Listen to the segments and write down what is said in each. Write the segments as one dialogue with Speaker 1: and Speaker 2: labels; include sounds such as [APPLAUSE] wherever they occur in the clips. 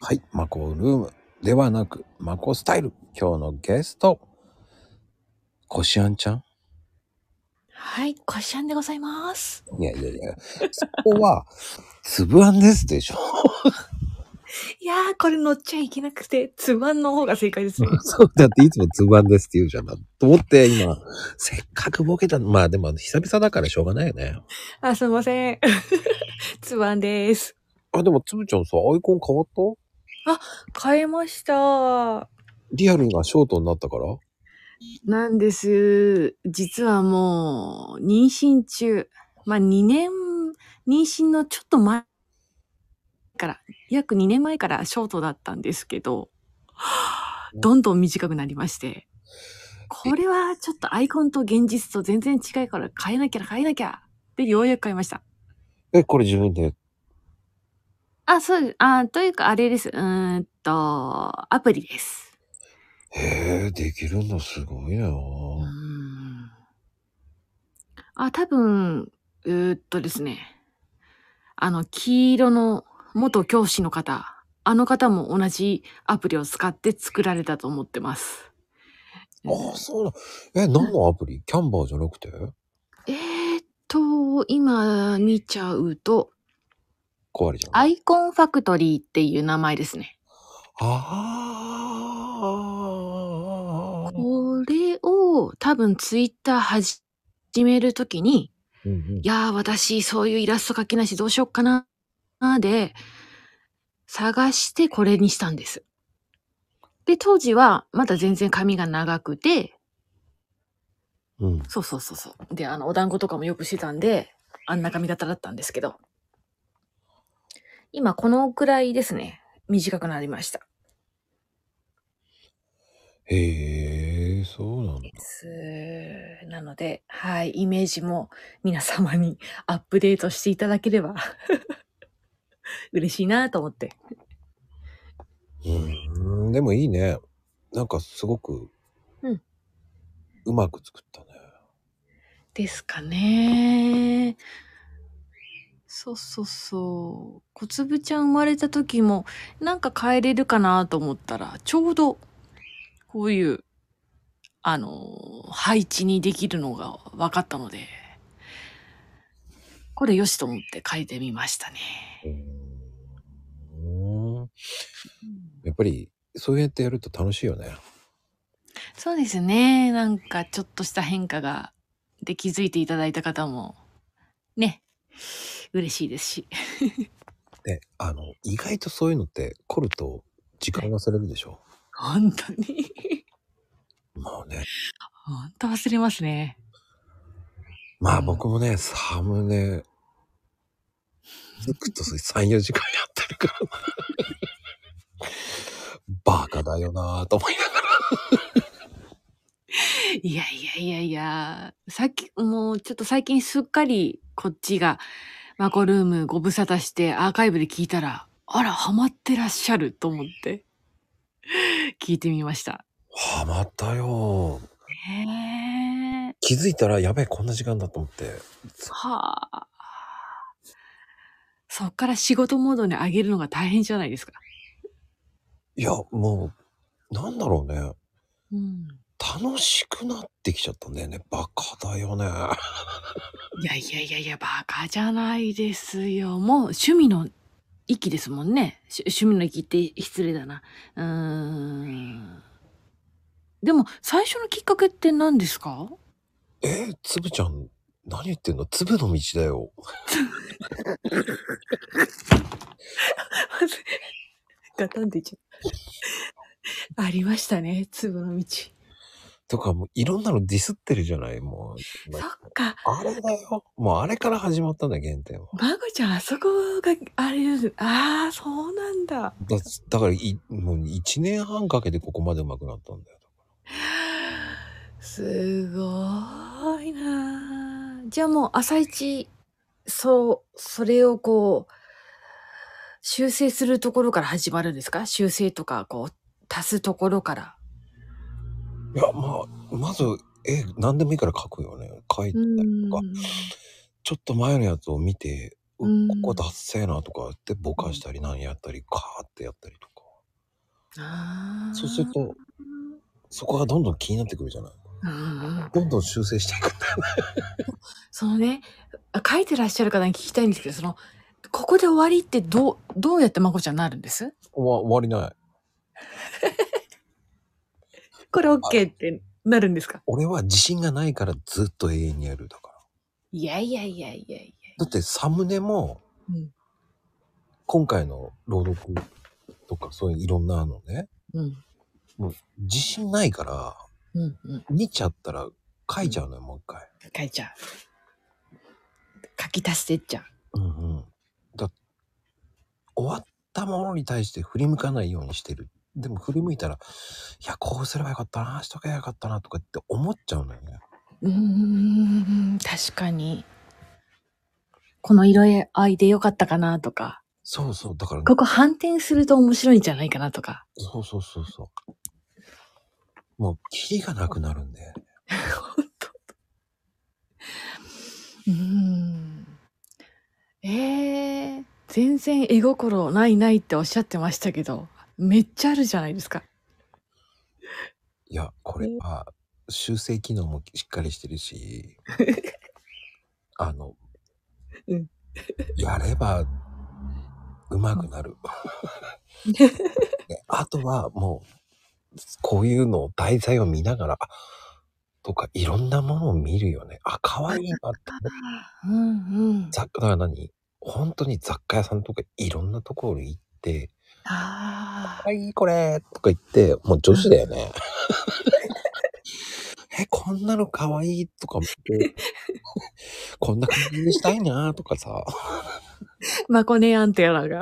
Speaker 1: はい。マコルームではなく、マコスタイル。今日のゲスト、こしあんちゃん
Speaker 2: はい、こしあんでございます。
Speaker 1: いやいやいや、そこは、 [LAUGHS] つぶあんですでしょ。
Speaker 2: いやー、これ乗っちゃいけなくて、つばんの方が正解ですね。
Speaker 1: そうだっていつもつぶあんですって言うじゃん。と思って、今、せっかくボケたの、まあでも久々だからしょうがないよね。
Speaker 2: あ、すいません。 [LAUGHS] つばんです。
Speaker 1: あ、でもつぶちゃんさ、アイコン変わった
Speaker 2: 買いました。
Speaker 1: リアルがショートになったから
Speaker 2: なんです。実はもう、妊娠中。まあ、2年、妊娠のちょっと前から、約2年前からショートだったんですけど、どんどん短くなりまして。これはちょっとアイコンと現実と全然違いから変えなきゃ変えなきゃ。で、ようやく買いました。
Speaker 1: え、これ自分で。
Speaker 2: あ、そうです。あ、というか、あれです。うーんと、アプリです。
Speaker 1: へえ、できるのすごいな
Speaker 2: うーんあ、多分、うーっとですね。あの、黄色の元教師の方、あの方も同じアプリを使って作られたと思ってます。
Speaker 1: ああ、そうな。え、何のアプリキャンバーじゃなくて
Speaker 2: えーっと、今見ちゃうと、
Speaker 1: 壊れちゃう。
Speaker 2: アイコンファクトリーっていう名前ですね。
Speaker 1: ああ。
Speaker 2: これを多分ツイッター始めるときに、
Speaker 1: うんうん
Speaker 2: いやー、私、そういうイラスト描けないし、どうしよっかな、で、探してこれにしたんです。で、当時は、まだ全然髪が長くて、
Speaker 1: うん。
Speaker 2: そうそうそうそう。で、あの、お団子とかもよくしてたんで、あんな髪型だったんですけど、今、このくらいですね。短くなりました。
Speaker 1: へえ、そうなんだ。
Speaker 2: ですなので、はい、イメージも皆様にアップデートしていただければ [LAUGHS] 嬉しいなと思って。
Speaker 1: うん、でもいいね。なんかすごく、
Speaker 2: うん
Speaker 1: うまく作ったね。
Speaker 2: ですかね。そうそうそう。小粒ちゃん生まれた時も、なんか変えれるかなと思ったら、ちょうど、こういう、あの、配置にできるのが分かったので、これよしと思って変えてみましたね。
Speaker 1: うん。やっぱり、そうやってやると楽しいよね。
Speaker 2: そうですね。なんかちょっとした変化が、で気づいていただいた方も、ね、嬉しいですし。
Speaker 1: で、あの、意外とそういうのって凝ると時間忘れるでしょ。
Speaker 2: 本当に。
Speaker 1: まあね。
Speaker 2: 本当忘れますね。
Speaker 1: まあ
Speaker 2: うん
Speaker 1: 僕もね、サムネ、ずくっと3、4時間やってるからな。 [LAUGHS] バカだよなぁと思いながら。
Speaker 2: いやいやいやいや、さっき、もうちょっと最近すっかりこっちがマコルームご無沙汰してアーカイブで聞いたら、あら、ハマってらっしゃると思って、聞いてみました。
Speaker 1: ハマったよー。
Speaker 2: へえ。
Speaker 1: 気づいたら、やべえ、こんな時間だと思って。
Speaker 2: はあ。そっから仕事モードに上げるのが大変じゃないですか。
Speaker 1: いや、もう、なんだろうね。
Speaker 2: うん。
Speaker 1: 楽しくなってきちゃったんだよね。バカだよね。
Speaker 2: いやいやいやいや、バカじゃないですよ。もう趣味の域ですもんね。し趣味の域って失礼だな。うーん。でも、最初のきっかけって何ですか
Speaker 1: えー、つぶちゃん、何言ってんのつぶの道だよ。
Speaker 2: ガタンって言っちゃ [LAUGHS] う。ありましたね、粒の道。
Speaker 1: とか、もういろんなのディスってるじゃないもう
Speaker 2: そ。っか、
Speaker 1: あれだよ。もうあれから始まったんだよ、原点は。
Speaker 2: まこちゃん、あそこが、あれです。ああ、そうなんだ。
Speaker 1: だだからい、もう1年半かけてここまで上手くなったんだよ。
Speaker 2: すごいなあじゃあもう朝一そうそれをこう修正するところから始まるんですか修正とかこう足すところから
Speaker 1: いや、まあ、まず、え、何でもいいから書くよね。書いたりとか、ちょっと前のやつを見て、う
Speaker 2: うん
Speaker 1: ここ達成なとかってぼかしたり、何やったり、カーってやったりとか。
Speaker 2: あー
Speaker 1: そうすると、そこがどんどん気になってくるじゃない。
Speaker 2: うん
Speaker 1: どんどん修正していくんだ
Speaker 2: [LAUGHS]
Speaker 1: よね。
Speaker 2: そのね、あ書いてらっしゃる方に聞きたいんですけど、その、ここで終わりってどう、どうやってまこちゃんなるんです
Speaker 1: わ終わりない。
Speaker 2: これ OK ってなるんですか
Speaker 1: 俺は自信がないからずっと永遠にやるだから。
Speaker 2: いやいやいやいやい
Speaker 1: だってサムネも、
Speaker 2: うん
Speaker 1: 今回の朗読とかそういういろんなのね、
Speaker 2: や。うん。
Speaker 1: 自信ないから、
Speaker 2: うんうん。
Speaker 1: 見ちゃったら書いちゃうのよ、もう一回。
Speaker 2: 書いちゃう。書き足してっちゃ
Speaker 1: う
Speaker 2: う。
Speaker 1: んうん。だ終わったものに対して振り向かないようにしてる。でも振り向いたら、いや、こうすればよかったな、しとけばよかったな、とかって思っちゃうのよね。
Speaker 2: うーん、確かに。この色合いでよかったかなとか、
Speaker 1: そうそう、だから、
Speaker 2: ここ反転すると面白いんじゃないかなとか。
Speaker 1: そうそうそうそう。もう、キリがなくなるんで。
Speaker 2: うーん。えー、全然絵心ないないっておっしゃってましたけど、めっちゃあるじゃないですか。
Speaker 1: いや、これは、修正機能もしっかりしてるし、あの、
Speaker 2: [LAUGHS] うん
Speaker 1: やれば、うまくなる。であとは、もう、こういうのを題材を見ながら、あとか、いろんなものを見るよね。あ、可愛いなって。
Speaker 2: [LAUGHS] うんうん。
Speaker 1: 雑貨だから何本当に雑貨屋さんとかいろんなところに行って、
Speaker 2: ああ。
Speaker 1: はい、これとか言って、もう女子だよね。 [LAUGHS] え、こんなの可愛いとか思って、 [LAUGHS] こんな感じにしたいなとかさ、
Speaker 2: まこねアンテナが。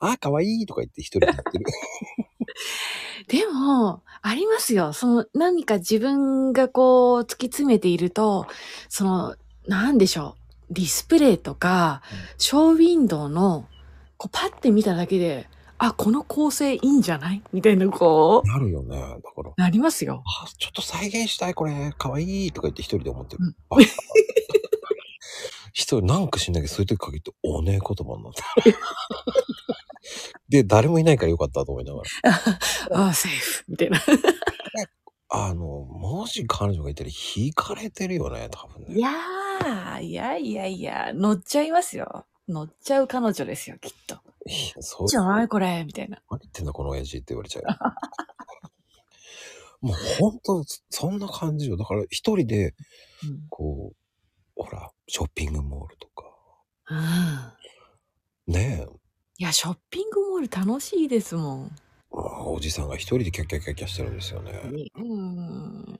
Speaker 1: あ、可愛いとか言って一人でやってる。 [LAUGHS]
Speaker 2: でも、ありますよ。その、何か自分がこう、突き詰めていると、その、なんでしょう。ディスプレイとか
Speaker 1: うん、
Speaker 2: ショーウィンドウの、こう、パッて見ただけで、あ、この構成いいんじゃないみたいな、こう、
Speaker 1: なるよね。だから、
Speaker 2: なりますよ。
Speaker 1: あ、ちょっと再現したい、これ、可愛いとか言って一人で思ってる
Speaker 2: うん。
Speaker 1: あ人、なんか知んないけど、そういう時限って、おねえ言葉になってる [LAUGHS] で、誰もいないからよかったと思いながら。
Speaker 2: あ、セーフ。みたいな。
Speaker 1: あの、もし彼女がいたら引かれてるよね、多分
Speaker 2: い
Speaker 1: ね。
Speaker 2: やー、いやいやいや、乗っちゃいますよ。乗っちゃう彼女ですよ、きっと。
Speaker 1: いやそ
Speaker 2: いういじゃないこれ、みたいな。
Speaker 1: 何言ってんだこの親父って言われちゃ
Speaker 2: [LAUGHS]
Speaker 1: う。もう本当そんな感じよ。だから一人で、
Speaker 2: うん。
Speaker 1: こう、ほら、ショッピングモールとか、
Speaker 2: うん
Speaker 1: ねえ、
Speaker 2: いや、ショッピングモール楽しいですもん。
Speaker 1: おじさんが一人でキャッキャッキャッキャしてるんですよね。
Speaker 2: うん。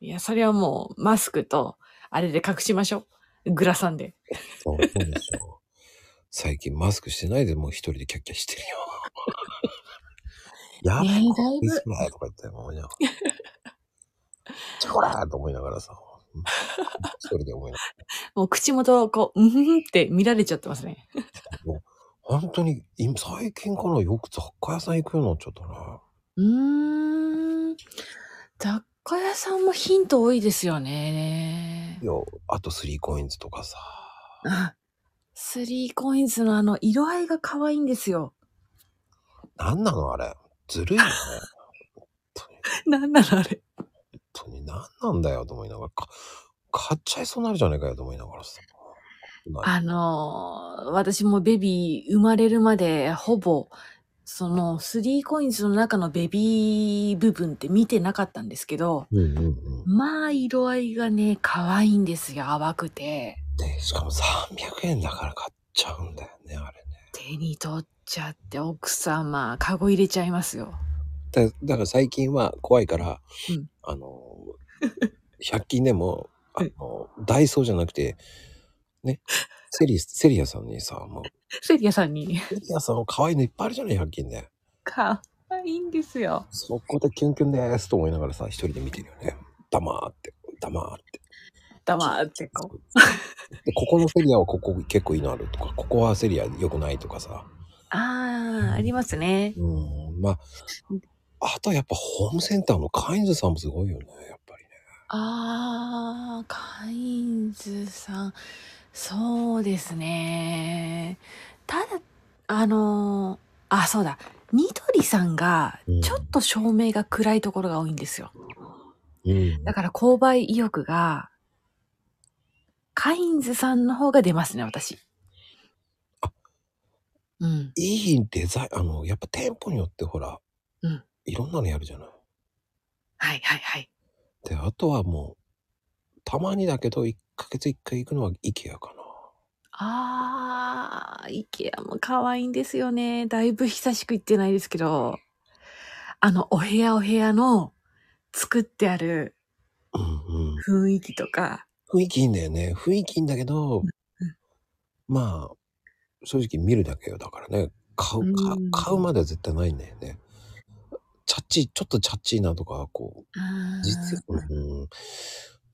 Speaker 2: いや、それはもう、マスクと、あれで隠しましょう。グラサンで。
Speaker 1: そうそうでしょ。最近マスクしてないでもう一人でキャッキャしてるよ。
Speaker 2: [LAUGHS]
Speaker 1: やばい、
Speaker 2: ねえ
Speaker 1: こ
Speaker 2: だいぶ
Speaker 1: いつらとか言って
Speaker 2: [LAUGHS]
Speaker 1: 思いながら。チョコラーと思いながらさ。一人で思いながら。
Speaker 2: もう口元をこう、うんふんって見られちゃってますね。
Speaker 1: 本当に、今最近からよく雑貨屋さん行くようになっちゃったな。
Speaker 2: うーん。雑貨屋さんもヒント多いですよね
Speaker 1: い。や、あとスリーコインズとかさ。
Speaker 2: あスリーコインズのあの、色合いが可愛いんですよ。
Speaker 1: なんなのあれ。ずるいよね。
Speaker 2: なんなのあれ。
Speaker 1: 本当に何なんだよと思いながら。か買っちゃいそうになるじゃないかよと思いながらさ。な
Speaker 2: あのー私もベビー生まれるまでほぼ、そのスリーコインズの中のベビー部分って見てなかったんですけど、
Speaker 1: うんうんうん。
Speaker 2: まあ色合いがね、可愛いんですよ。淡くて。
Speaker 1: で、しかも300円だから買っちゃうんだよね、あれ
Speaker 2: 手に取っちゃって奥様、カゴ入れちゃいますよ。
Speaker 1: ね。だだから最近は怖いから、
Speaker 2: うん
Speaker 1: あの、100均で
Speaker 2: [LAUGHS]
Speaker 1: も、あの、ダイソーじゃなくて、ね、セリ、セリアさんにさ、もう、
Speaker 2: セリアさんに。
Speaker 1: セリアさんも可愛いのいっぱいあるじゃない、100均で。
Speaker 2: 可愛いんですよ。
Speaker 1: そこでキュンキュンでーすと思いながらさ、一人で見てるよね。黙って、黙って。
Speaker 2: 黙ってこう。
Speaker 1: で、ここのセリアはここ結構いいのあるとか、ここはセリア良くないとかさ。
Speaker 2: ああ、ありますね。
Speaker 1: うん、まあ、あとやっぱホームセンターのカインズさんもすごいよね、やっぱりね。
Speaker 2: ああ、カインズさん。そうですね。ただ、あのーあ、そうだ。ニトリさんが
Speaker 1: うん
Speaker 2: ちょっと照明が暗いところが多いんですよ。
Speaker 1: うん
Speaker 2: だから購買意欲が、カインズさんの方が出ますね、私
Speaker 1: あ。
Speaker 2: うん。
Speaker 1: いいデザイン、あの、やっぱ店舗によってほら、
Speaker 2: うん
Speaker 1: いろんなのやるじゃない。
Speaker 2: はいはいはい。
Speaker 1: で、あとはもう、たまにだけど、1ヶ月1回行くのは IKEA かな。
Speaker 2: あー、イケアも可愛いんですよね。だいぶ久しく行ってないですけど、あの、お部屋お部屋の作ってある
Speaker 1: うんうん。
Speaker 2: 雰囲気とか、
Speaker 1: 雰囲気いいんだよね。雰囲気いいんだけど、まあ、正直見るだけよ。だからね、買う、か
Speaker 2: うん
Speaker 1: 買うまでは絶対ないんだよね。チャッチー、ちょっとチャッチーなとか、こう、
Speaker 2: あー
Speaker 1: 実、うん、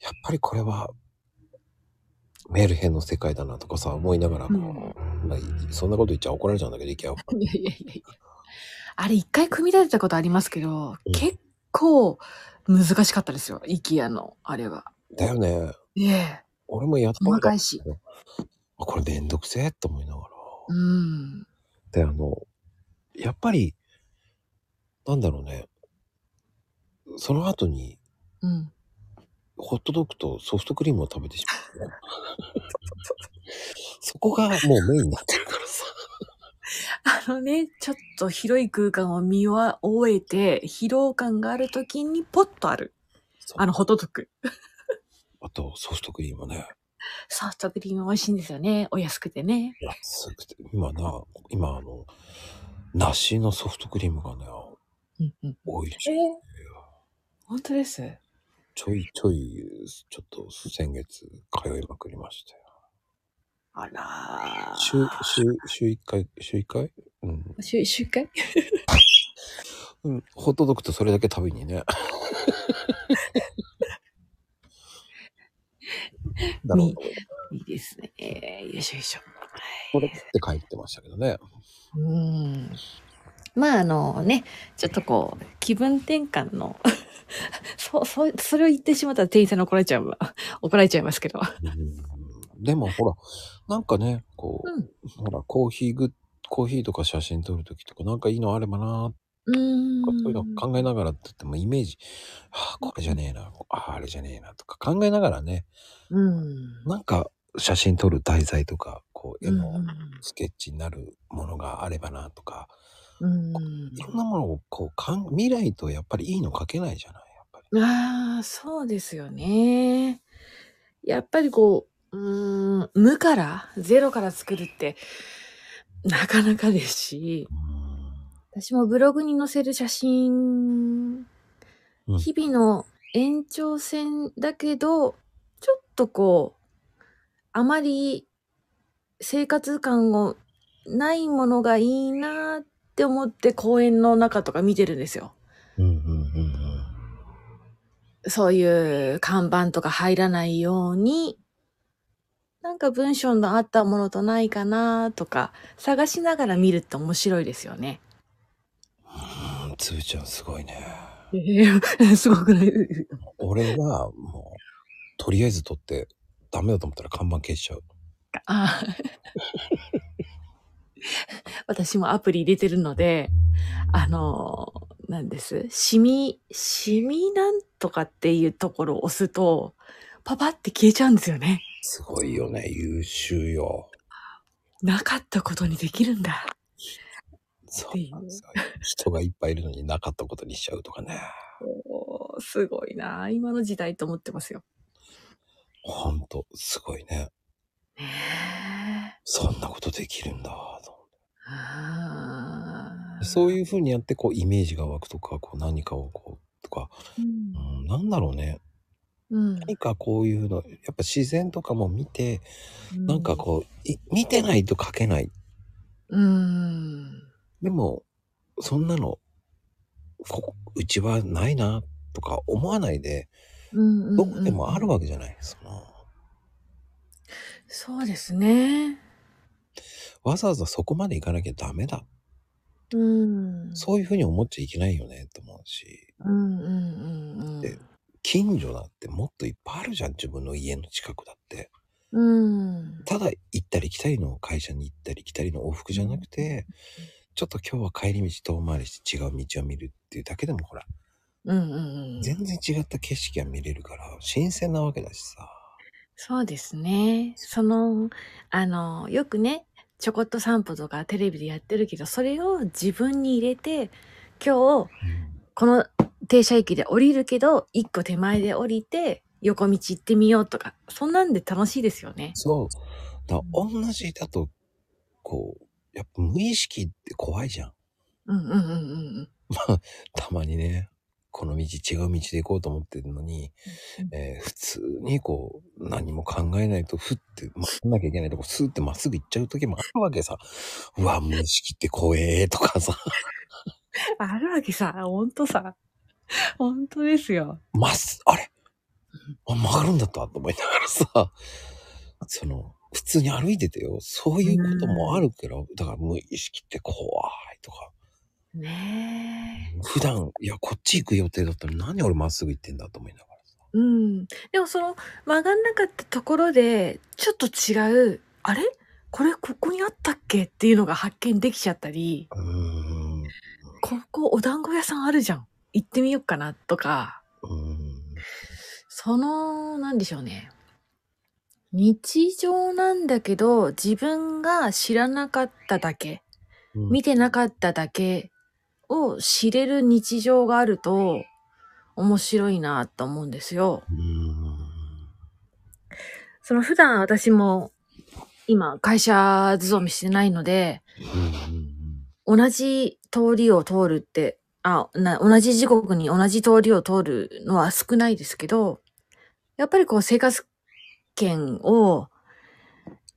Speaker 1: やっぱりこれは、メール編の世界だなとかさ、思いながらこう、まあ、いそんなこと言っちゃ怒られちゃうんだけど、IKEA は。
Speaker 2: いやいやいやいやあれ一回組み立てたことありますけど、
Speaker 1: うん
Speaker 2: 結構難しかったですよ。IKEA のあれは。
Speaker 1: だよね。
Speaker 2: ええ。
Speaker 1: 俺もやったこ
Speaker 2: 細
Speaker 1: と
Speaker 2: か
Speaker 1: あ
Speaker 2: いし。
Speaker 1: これめんどくせえと思いながら。
Speaker 2: うん。
Speaker 1: で、あの、やっぱり、なんだろうね。その後に、
Speaker 2: うん。
Speaker 1: ホットドッグとソフトクリームを食べてしまう、
Speaker 2: [LAUGHS]
Speaker 1: ね。そこがもうメインになってるからさ。
Speaker 2: あのね、ちょっと広い空間を見終えて、疲労感がある時にポッとある。あの、ホットドッグ。
Speaker 1: あと、ソフトクリームね。
Speaker 2: ソフトクリーム美味しいんですよね。お安くてね。
Speaker 1: 安くて、今な、今あの、梨のソフトクリームがね、
Speaker 2: うんうん。
Speaker 1: 美味しい。
Speaker 2: 本当です。
Speaker 1: ちょいちょい、ちょっと先月通いまくりまして。
Speaker 2: あらー。
Speaker 1: 週、週、週1回、週1回うん。
Speaker 2: 週、一週間
Speaker 1: うん。ホットドッグとそれだけ食べに
Speaker 2: [LAUGHS]
Speaker 1: ね。だろう
Speaker 2: みいいですね。えーよいしょよいしょ。
Speaker 1: これって書いてましたけどね。
Speaker 2: うんまああのねちょっとこう気分転換の [LAUGHS] そうそうそれを言ってしまったら店員さんに怒られちゃうわ怒られちゃいますけど
Speaker 1: うんでもほら、なんかね、こ
Speaker 2: うん
Speaker 1: う、ほら、コーヒーグッコーヒーとか写真撮るときとか、なんかいいのあればなーと
Speaker 2: うん
Speaker 1: か、そういうの考えながらって言っても、イメージ、ああ、これじゃねえな、ああ、あれじゃねえなとか考えながらね、
Speaker 2: うん
Speaker 1: なんか写真撮る題材とか、こう、絵
Speaker 2: うん
Speaker 1: のスケッチになるものがあればなとか、
Speaker 2: うん
Speaker 1: いろんなものをこうかん未来とやっぱりいいの書けないじゃないやっぱり。
Speaker 2: ああそうですよねやっぱりこううん無からゼロから作るってなかなかですし私もブログに載せる写
Speaker 1: う
Speaker 2: 真、
Speaker 1: ん
Speaker 2: 日々の延長線だけど、ちょっとこう、あまり生活感をないものがいいなって思って公園の中とか見てるんですよ。
Speaker 1: うんうんうんうん
Speaker 2: そういう看板とか入らないように、なんか文章のあったものとないかなとか探しながら見るって面白いです
Speaker 1: [LAUGHS]
Speaker 2: よね。 [LAUGHS]
Speaker 1: うん。つぶちゃんすごいね。
Speaker 2: すごくない
Speaker 1: 俺はもう、とりあえず撮って、ダメだと思ったら看板消しちゃう。
Speaker 2: ああ [LAUGHS] 私もアプリ入れてるので、あの、なんです。シミ、シミなんとかっていうところを押すと、パパって消えちゃうんですよね。
Speaker 1: すごいよね。優秀よ。
Speaker 2: なかったことにできるんだ。
Speaker 1: そ
Speaker 2: ていう
Speaker 1: うなんですよ。人がいっぱいいるのになかったことにしちゃうとかね。
Speaker 2: おーすごいな。今の時代と思ってますよ。
Speaker 1: ほんと、すごいね。
Speaker 2: ねえ
Speaker 1: そんなことできるんだと。
Speaker 2: あー
Speaker 1: そういう風にやって、こう、イメージが湧くとか、こう、何かをこう、とか、うん、なんだろうね。
Speaker 2: うん。
Speaker 1: 何かこういうの、やっぱ自然とかも見て、
Speaker 2: うん。
Speaker 1: なんかこう、い見てないと書けない。
Speaker 2: うん。
Speaker 1: でも、そんなの、ここうちはないな、とか思わないで、
Speaker 2: うん。うん。
Speaker 1: どこでもある
Speaker 2: わ。
Speaker 1: わけじゃない。その、
Speaker 2: そうですね。
Speaker 1: わざわざそこまで行かなきゃダメだ。
Speaker 2: うん。
Speaker 1: そういうふうに思っちゃいけないよね、と思うし、
Speaker 2: うんうんうんうん
Speaker 1: で近所だってもっといっぱいあるじゃん、自分の家の近くだって。
Speaker 2: うん
Speaker 1: ただ行ったり来たりの会社に行ったり来たりの往復じゃなくて、ちょっと今日は帰り道遠回りして違う道を見るっていうだけでもほら、
Speaker 2: うんうんうん。
Speaker 1: 全然違った景色が見れるから、新鮮なわけだしさ。
Speaker 2: そうですね。その、あの、よくね、ちょこっと散歩とかテレビでやってるけど、それを自分に入れて、今日、この停車駅で降りるけど、一個手前で降りて、横道行ってみようとか、そんなんで楽しいですよね。
Speaker 1: そう。だから同じだと、こう、やっぱ無意識って怖いじゃん。
Speaker 2: うんうんうんうん
Speaker 1: たまにね、この道違う道で行こうと思ってるのに、
Speaker 2: うん。
Speaker 1: えー普通にこう、何も考えないと、ふって、ま行かなきゃいけないとこ、スーってまっすぐ行っちゃう時もあるわけさ。うわ、無意識って怖えーとかさ、
Speaker 2: [LAUGHS] あるわけさ、ほんとさ、ほんとですよ。
Speaker 1: まっす、あれあ曲がるんだったと思いながらさ、その、普通に歩いててよ。そういうこともあるけど、だから無意識って怖いとか。
Speaker 2: ねえ。
Speaker 1: 普段、いや、こっち行く予定だったのに何俺まっすぐ行ってんだと思いながらさ。
Speaker 2: うん。でもその曲がんなかったところで、ちょっと違う、あれこれここにあったっけっていうのが発見できちゃったり、
Speaker 1: うーん。う
Speaker 2: ここお団子屋さんあるじゃん。行ってみようかなとか、
Speaker 1: ーん。
Speaker 2: その、なんでしょうね。日常なんだけど、自分が知らなかっただけ、
Speaker 1: うん
Speaker 2: 見てなかっただけを知れる日常があると、面白いなと思うんですよ。
Speaker 1: うーん。
Speaker 2: その普段私も今会社勤めしてないので、
Speaker 1: うん
Speaker 2: 同じ通りを通るって、あ、な、同じ時刻に同じ通りを通るのは少ないですけど、やっぱりこう生活圏を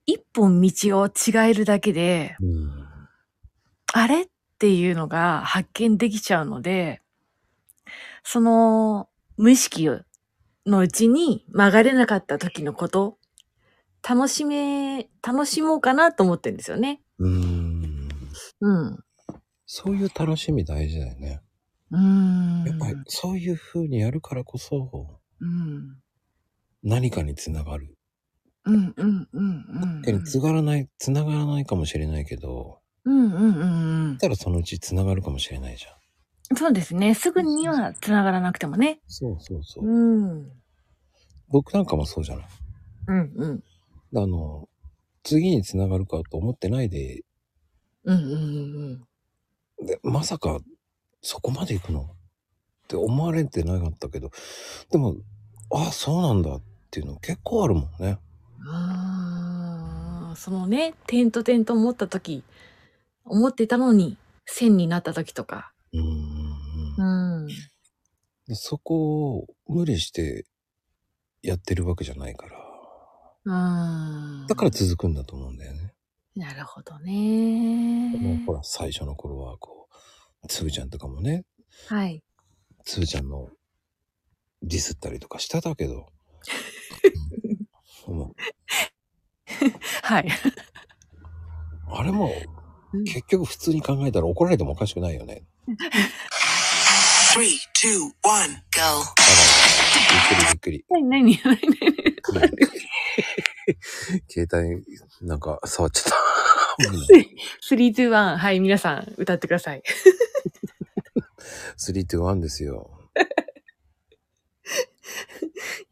Speaker 2: 一本道を違えるだけで、
Speaker 1: うんうん
Speaker 2: あれっていうのが発見できちゃうので、その無意識のうちに曲がれなかった時のこと、楽しめ、楽しもうかなと思ってるんですよね。
Speaker 1: うーん。
Speaker 2: うん。
Speaker 1: そういう楽しみ大事だよね。
Speaker 2: うーん。
Speaker 1: やっぱりそういう風にやるからこそ、
Speaker 2: うん。
Speaker 1: 何かにつながる。
Speaker 2: うんうんうんうん。
Speaker 1: つがらない、つながらないかもしれないけど、
Speaker 2: うんうんうんうん
Speaker 1: だ。からそのうちつながるかもしれないじゃん。
Speaker 2: そうですね。すぐには繋がらなくてもね。
Speaker 1: そうそうそうう。
Speaker 2: ん。
Speaker 1: 僕なんかもそうじゃない。
Speaker 2: うんうん。
Speaker 1: あの、次につながるかと思ってないで、
Speaker 2: うんうんうん
Speaker 1: でまさかそこまで行くのって思われてなかったけど、でも、ああ、そうなんだっていうの結構あるもんね。
Speaker 2: うん。あーそのね、点と点と思った時、思ってたのに、線になった時とか。
Speaker 1: うーん
Speaker 2: うん。
Speaker 1: でそこを無理してやってるわけじゃないから。
Speaker 2: うん。
Speaker 1: だから続くんだと思うんだよね。
Speaker 2: なるほど
Speaker 1: もう
Speaker 2: ね
Speaker 1: ほ。ら、最初の頃はこう、つーちゃんとかもね、
Speaker 2: はい。
Speaker 1: つーちゃんのディスったりとかしてたけど、うん
Speaker 2: [LAUGHS]
Speaker 1: もう
Speaker 2: はい。
Speaker 1: あれも
Speaker 2: うん
Speaker 1: 結局普通に考えたら怒られてもおかしくないよね。
Speaker 3: Three, two, one, go.
Speaker 1: だからびっくりびっくり。
Speaker 2: 何何何何 [LAUGHS]
Speaker 1: 携帯なんか触っちゃった。
Speaker 2: [LAUGHS] ?3、2、1。はい、皆さん、歌ってください。
Speaker 1: 321ですよ。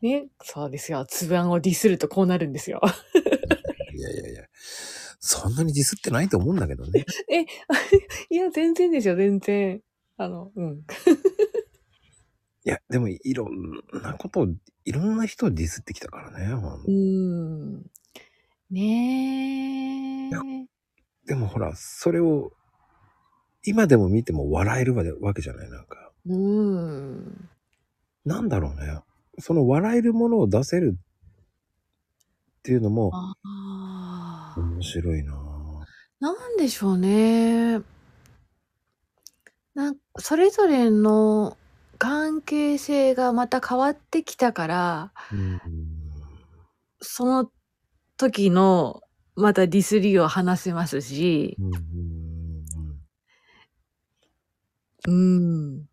Speaker 2: ね。そうですよ。つぶあんをディスるとこうなるんですよ。
Speaker 1: いやいやいや。そんなにディスってないと思うんだけどね。
Speaker 2: え、いや、全然ですよ、全然。あの、うん。
Speaker 1: いや、でもいろんなことを、いろんな人をディスってきたからね。ほん
Speaker 2: うーん。ねえ。
Speaker 1: でもほら、それを今でも見ても笑えるわわけじゃないなんか。
Speaker 2: うーん。
Speaker 1: なんだろうね。その笑えるものを出せるっていうのも
Speaker 2: ああ。
Speaker 1: 面白いなぁ。
Speaker 2: なんでしょうね。なんそれぞれの関係性がまた変わってきたから、
Speaker 1: うん
Speaker 2: その時のまたディスリーを話せますし、
Speaker 1: うんうん
Speaker 2: うん。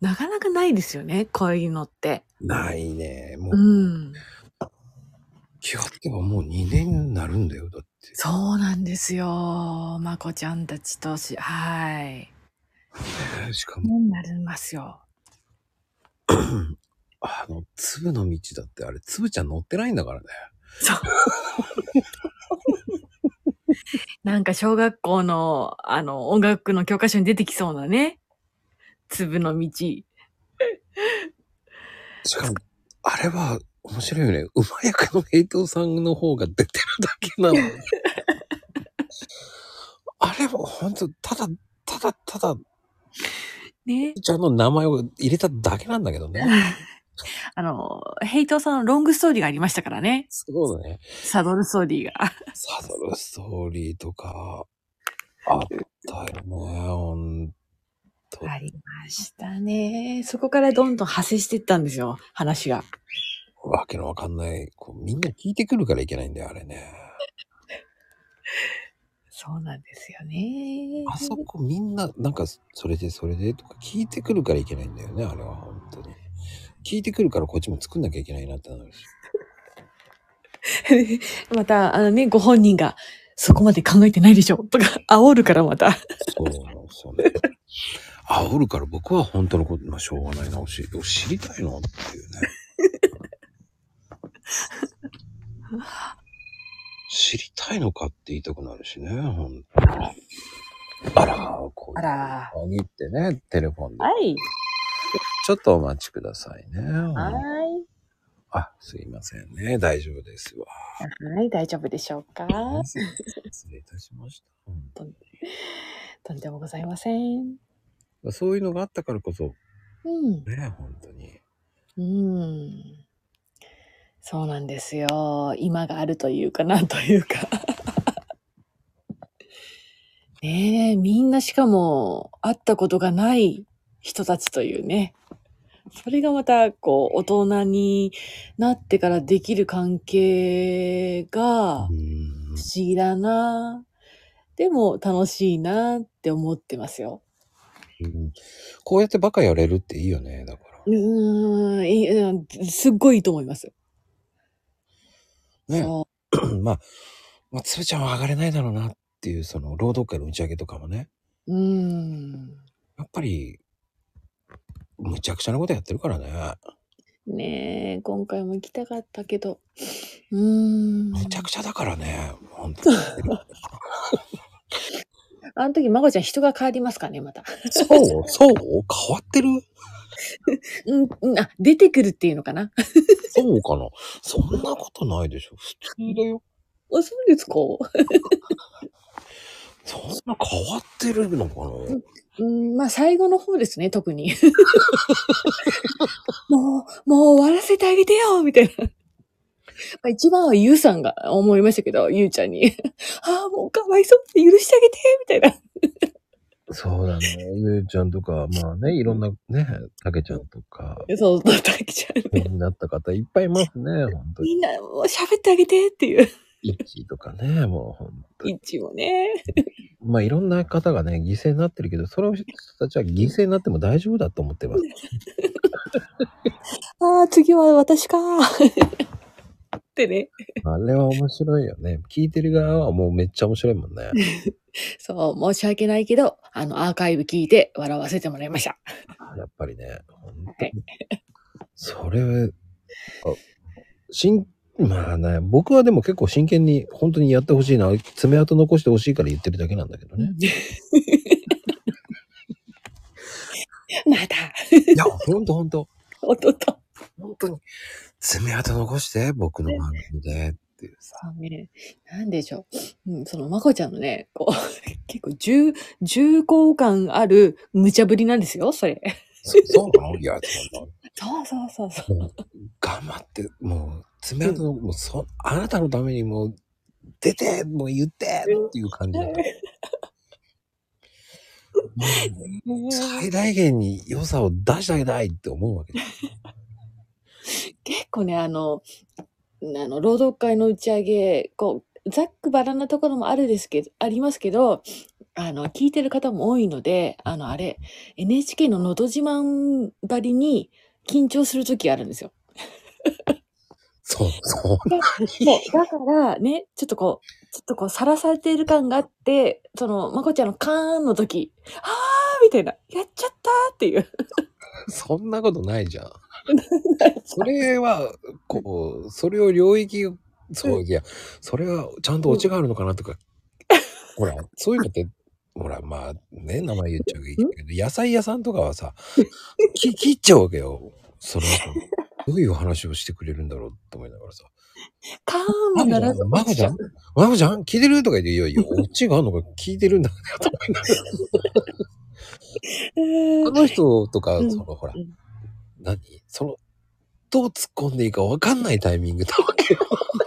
Speaker 2: なかなかないですよね、こういうのって。
Speaker 1: ないね。も
Speaker 2: う
Speaker 1: う、
Speaker 2: ん。
Speaker 1: 気がつけばもう2年になるんだよ。だって
Speaker 2: そうなんですよ。まこちゃんたちとし、はい。
Speaker 1: て。し
Speaker 2: [LAUGHS]
Speaker 1: かも、
Speaker 2: になりますよ。
Speaker 1: あの、粒の道だって、あれ、粒ちゃん乗ってないんだからね。
Speaker 2: そう。なんか小学校の、あの、音楽の教科書に出てきそうなね。粒の道。
Speaker 1: しかも、あれは、面白いよね。馬役の平等さんの方が出てるだけなのに。あれは、本当ただ、ただ、ただ、
Speaker 2: ね。
Speaker 1: ちゃんの名前を入れただけなんだけどね。
Speaker 2: あの、ヘイトさんのロングストーリーがありましたからね。
Speaker 1: すごいね。
Speaker 2: サドルストーリーが。
Speaker 1: サドルストーリーとか、あったよね、ほんと。
Speaker 2: [LAUGHS] ありましたね。そこからどんどん派生していったんですよ、話が。
Speaker 1: わけのわかんない。こうみんな聞いてくるからいけないんだよ、あれね。
Speaker 2: そうなんですよね。
Speaker 1: あそこみんな、なんか、それでそれでとか聞いてくるからいけないんだよね、あれは本当に。聞いてくるからこっちも作んなきゃいけないなってなるし。
Speaker 2: [LAUGHS] また、あのね、ご本人が、そこまで考えてないでしょとか、煽るからまた。
Speaker 1: そうなんです
Speaker 2: [LAUGHS]
Speaker 1: よね。煽るから僕は本当のこと、まあ、しょうがないな、おし知りたいなっていうね。知りたいのかって言いたくなるしね、ほんあら、こう
Speaker 2: あら
Speaker 1: にってね、テレフォンで。
Speaker 2: い。
Speaker 1: ちょっとお待ちくださいね。
Speaker 2: はい。
Speaker 1: あ、すいませんね。大丈夫ですわ。
Speaker 2: はい、大丈夫でしょうか
Speaker 1: 失礼いたしました。本当
Speaker 2: とんでもございません。
Speaker 1: にそういうのがあったからこそ、
Speaker 2: うん。
Speaker 1: ね、本当に。
Speaker 2: うん。そうなんですよ。今があるというか、なんというか。 [LAUGHS] ねえ、みんなしかも会ったことがない人たちというね。それがまた、こう、大人になってからできる関係が
Speaker 1: う、ん
Speaker 2: 不思議だなでも楽しいなって思ってますよ。
Speaker 1: うんこうやってバカやれるっていいよね、だから。
Speaker 2: うーんいい、うんすっごいいいと思います。
Speaker 1: ね、
Speaker 2: そ
Speaker 1: [CLEARS THROAT] まあ、まあ、つぶちゃんは上がれないだろうなっていう、その、労働会の打ち上げとかもね、
Speaker 2: う。うーん。
Speaker 1: やっぱり、むちゃくちゃなことやってるからね。
Speaker 2: ねえ、今回も行きたかったけど。うーん。
Speaker 1: むちゃくちゃだからね、本
Speaker 2: [LAUGHS]
Speaker 1: 当に。
Speaker 2: あの時、まこちゃん人が変わりますかね、また。
Speaker 1: そうそう変わってる
Speaker 2: うん、うん、あ、出てくるっていうのかな。
Speaker 1: そうかなそんなことないでしょ。普通だよ。
Speaker 2: あ、そうですか。
Speaker 1: そんな変わってるのかな
Speaker 2: うん、まあ、最後の方ですね、特
Speaker 1: [LAUGHS]
Speaker 2: に。もう、もう終わらせてあげてよみたいな。まあ一番はゆうさんが思いましたけど、ゆうちゃんに。ああ、もうかわいそうって許してあげてみたいな。
Speaker 1: そうだね。ゆうちゃんとか、まあね、いろんなね、たけちゃんとか、
Speaker 2: そう、たけちゃんね。
Speaker 1: になった方いっぱいいますね、本当に。
Speaker 2: みんな、もう喋ってあげてっていう。
Speaker 1: イッチーとかね、もうほんとに。
Speaker 2: 一応ね。
Speaker 1: まあいろんな方がね、犠牲になってるけど、その人たちは犠牲になっても大丈夫だと思って [LAUGHS] ます。
Speaker 2: ああ、次は私か。ってね。
Speaker 1: あれは面白いよね。聞いてる側はもうめっちゃ面白いもんね。
Speaker 2: そう、申し訳ないけど、あの、アーカイブ聞いて笑わせてもらいました。
Speaker 1: やっぱりね、ほんとに。それは、あしん、まあね、僕はでも結構真剣に本当にやってほしいな、爪痕残してほしいから言ってるだけなんだけど
Speaker 2: [LAUGHS]
Speaker 1: ね。
Speaker 2: また、
Speaker 1: いや、ほんとほんと。
Speaker 2: おっとっと。
Speaker 1: 本当に。爪痕残して、僕の番組でっていうさ。
Speaker 2: あね、なんでしょう。うん、その、まこちゃんのね、こう、 [LAUGHS] 結構重、重厚感ある無茶ぶりなんですよ、それ。
Speaker 1: そそうなのいや、そんな。
Speaker 2: そうそうそうそう。
Speaker 1: もう頑張ってもう爪痕の、もうそあなたのためにもう出てもう言ってっていう感じだ
Speaker 2: [LAUGHS]
Speaker 1: った。もう最大限に良さを出してあげたいって思うわけです。
Speaker 2: 結構ね、あの、あの、労働会の打ち上げ、こう、ざっくばらんなところもあるですけど、ありますけど、あの、聞いてる方も多いので、あの、あれ、NHK
Speaker 1: [LAUGHS]
Speaker 2: ののど自慢ばりに緊張するときあるんですよ。
Speaker 1: そう、そう。
Speaker 2: そう、だからね、ちょっとこう、ちょっとこう、さらされている感があって、その、まこちゃんのカーンの時、あーみたいな、やっちゃったーっていう。 [LAUGHS]
Speaker 1: そんなことないじゃん。それは、こう、それを領域、そう、いや、それはちゃんとオチがあるのかな
Speaker 2: [LAUGHS]
Speaker 1: とか、ほら、そういうのって、ほら、まあね、名前言っちゃうけど、野菜屋さんとかは
Speaker 2: [LAUGHS]
Speaker 1: さ、き切っちゃうわけよ。その後、どういう話をしてくれるんだろうと思いながらさ、
Speaker 2: カーン
Speaker 1: マ
Speaker 2: も
Speaker 1: フち
Speaker 2: な
Speaker 1: ゃ
Speaker 2: ら
Speaker 1: ん
Speaker 2: ず、
Speaker 1: マフちゃんマフちゃん聞いてるとか言って、いや
Speaker 2: [LAUGHS]
Speaker 1: いや、オチがあるのか聞いてるんだなと思いながら。
Speaker 2: えー
Speaker 1: この人とか、
Speaker 2: うん
Speaker 1: そのほら、
Speaker 2: うん
Speaker 1: 何その、どう突っ込んでいいか分かんないタイミングだわけよ。 [LAUGHS]